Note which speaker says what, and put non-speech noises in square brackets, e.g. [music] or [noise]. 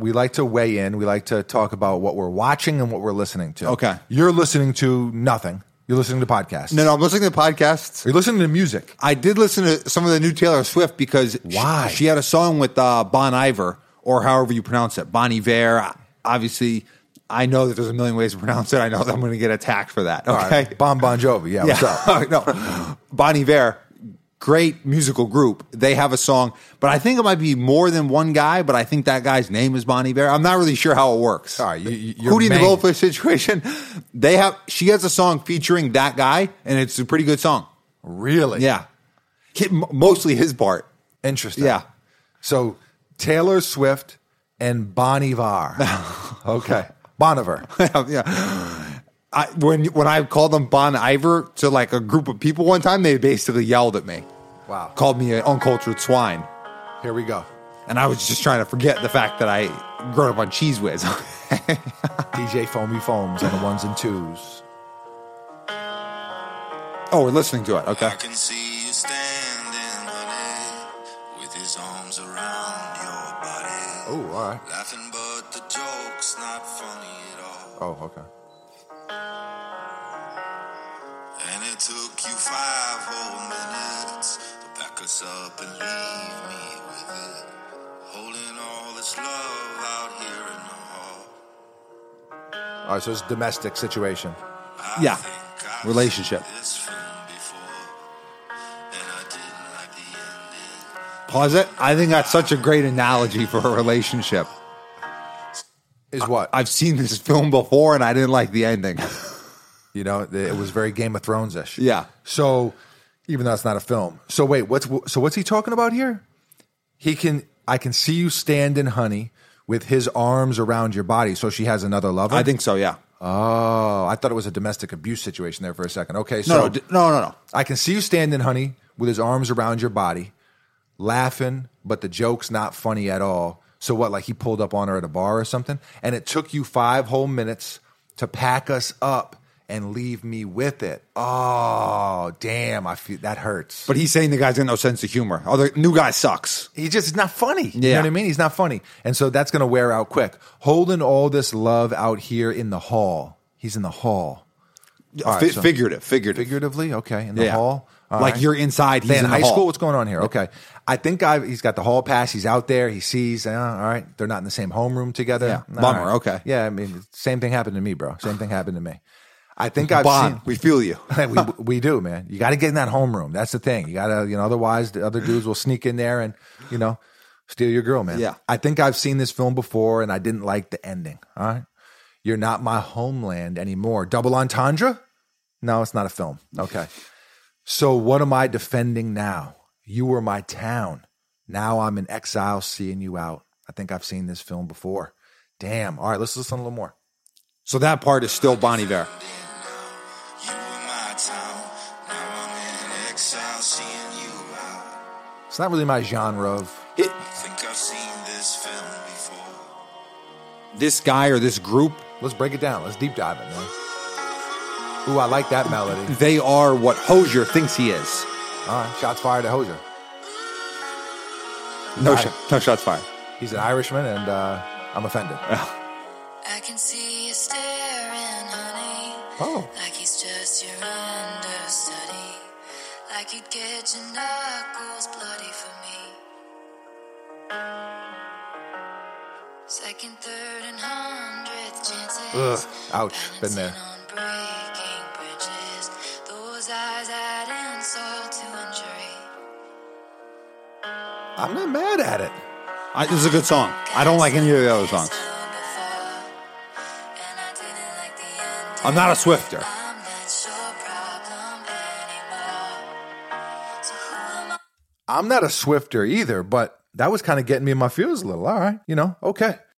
Speaker 1: We like to weigh in. We like to talk about what we're watching and what we're listening to.
Speaker 2: Okay.
Speaker 1: You're listening to nothing. You're listening to podcasts.
Speaker 2: No, no, I'm listening to podcasts.
Speaker 1: You're listening to music.
Speaker 2: I did listen to some of the new Taylor Swift because she-
Speaker 1: Why?
Speaker 2: She, had a song with uh, Bon Iver or however you pronounce it, Bon Iver. Obviously, I know that there's a million ways to pronounce it. I know that I'm going to get attacked for that.
Speaker 1: All
Speaker 2: Okay,
Speaker 1: right. Bon Bon Jovi. Yeah. What's up?
Speaker 2: yeah. [laughs] no, Bon Iver, great musical group. They have a song, but I think it might be more than one guy. But I think that guy's name is Bon Iver. I'm not really sure how it works.
Speaker 1: All right, you- you- you're
Speaker 2: Hootie and the
Speaker 1: main-
Speaker 2: Blowfish situation. They have. She has a song featuring that guy, and it's a pretty good song.
Speaker 1: Really?
Speaker 2: Yeah, He- m- mostly his part. [laughs]
Speaker 1: Interesting.
Speaker 2: Yeah,
Speaker 1: So Taylor Swift and Bon
Speaker 2: [laughs]
Speaker 1: Iver. okay. Boniver.
Speaker 2: yeah. I, when when I called them Bon Iver to like a group of people one time, they basically yelled at me,
Speaker 1: Wow.
Speaker 2: called me an uncultured swine.
Speaker 1: Here we go.
Speaker 2: And I was just trying to forget the fact that I grew up on Cheese Whiz. [laughs]
Speaker 1: DJ Foamy Foams on the ones and twos.
Speaker 2: oh, we're listening to it. Okay.
Speaker 3: I can see you standing, honey, with his arms around your body.
Speaker 1: Oh, all right.
Speaker 3: Laughing, but the joke's not funny at all.
Speaker 1: Oh, okay.
Speaker 3: And it took you five whole minutes to back us up and leave me with it. Holding all this love out here in the hall.
Speaker 1: All right. So it's a domestic situation.
Speaker 3: I
Speaker 2: Yeah.
Speaker 3: think I've
Speaker 2: Relationship.
Speaker 3: seen This film before, and I didn't like the ending.
Speaker 2: Pause it. I think that's such a great analogy for a relationship.
Speaker 1: Is what?
Speaker 2: I've seen this film before and I didn't like the ending. [laughs]
Speaker 1: you know, it was very Game of Thrones ish.
Speaker 2: Yeah.
Speaker 1: So even though it's not a film. So wait, what's so what's he talking about here? He can I can see you standing, honey, with his arms around your body. So she has another lover.
Speaker 2: I think so, yeah.
Speaker 1: Oh, I thought it was a domestic abuse situation there for a second. Okay,
Speaker 2: No,
Speaker 1: so
Speaker 2: no, d- no, no, no.
Speaker 1: I can see you standing, honey, with his arms around your body, laughing, but the joke's not funny at all. So what? Like he pulled up on her at a bar or something, and it took you five whole minutes to pack us up and leave me with it. Oh, damn! I feel that hurts.
Speaker 2: But he's saying the guy's got no sense of humor. Oh, the new guy sucks.
Speaker 1: He just is not funny. You
Speaker 2: Yeah.
Speaker 1: know what I mean? He's not funny. And so that's going to wear out quick. Holding all this love out here in the hall. He's in the hall. All right,
Speaker 2: Fi-
Speaker 1: so-
Speaker 2: figurative, figurative.
Speaker 1: Figuratively? Okay. In the
Speaker 2: Yeah.
Speaker 1: hall? All
Speaker 2: Like
Speaker 1: right.
Speaker 2: you're inside, he's
Speaker 1: They in,
Speaker 2: in the
Speaker 1: high
Speaker 2: hall.
Speaker 1: school? What's going on here? Okay. I think I've, he's got the hall pass. He's out there. He sees, uh, all right, they're not in the same homeroom together.
Speaker 2: Yeah.
Speaker 1: All
Speaker 2: Bummer. Okay.
Speaker 1: Yeah. I mean, same thing happened to me, bro. Same thing happened to me. I think I've
Speaker 2: Bon,
Speaker 1: seen.
Speaker 2: we feel you.
Speaker 1: [laughs] we, we do, man. You got to get in that homeroom. That's the thing. You got to, you know, otherwise the other dudes will sneak in there and, you know, steal your girl, man.
Speaker 2: Yeah.
Speaker 1: I think I've seen this film before and I didn't like the ending. All right. You're not my homeland anymore. Double entendre? No, it's not a film. Okay. So what am I defending now? You were my town. Now I'm in exile seeing you out. I think I've seen this film before. Damn. All right, let's listen a little more.
Speaker 2: So that part is still Bon Iver.
Speaker 3: You were my town, now I'm in exile, seeing you out.
Speaker 1: It's not really my genre of
Speaker 3: I think I've seen this film before.
Speaker 2: This guy or this group,
Speaker 1: Let's break it down. Let's deep dive it, man. Ooh, I like that [laughs] melody.
Speaker 2: they are what Hosier thinks he is.
Speaker 1: All right, shots fired at Hosier.
Speaker 2: No,
Speaker 1: Got
Speaker 2: sh-
Speaker 1: it.
Speaker 2: no shots fired.
Speaker 1: He's an Irishman, and uh, I'm offended.
Speaker 4: I can see you staring, honey.
Speaker 1: [laughs] Oh.
Speaker 4: Like he's just your understudy. Like you'd get your knuckles bloody for me. Second, third, and hundredth chances.
Speaker 1: Ugh, ouch, been there.
Speaker 4: Balancing on breaking bridges. Those eyes add insult to injury.
Speaker 1: I'm not mad at it.
Speaker 2: I, this is a good song. I don't like any of the other songs. I'm not a Swifter.
Speaker 4: I'm not your problem anymore. So who am I?
Speaker 1: I'm not a Swifter either, but that was kind of getting me in my feels a little. All right, you know, okay.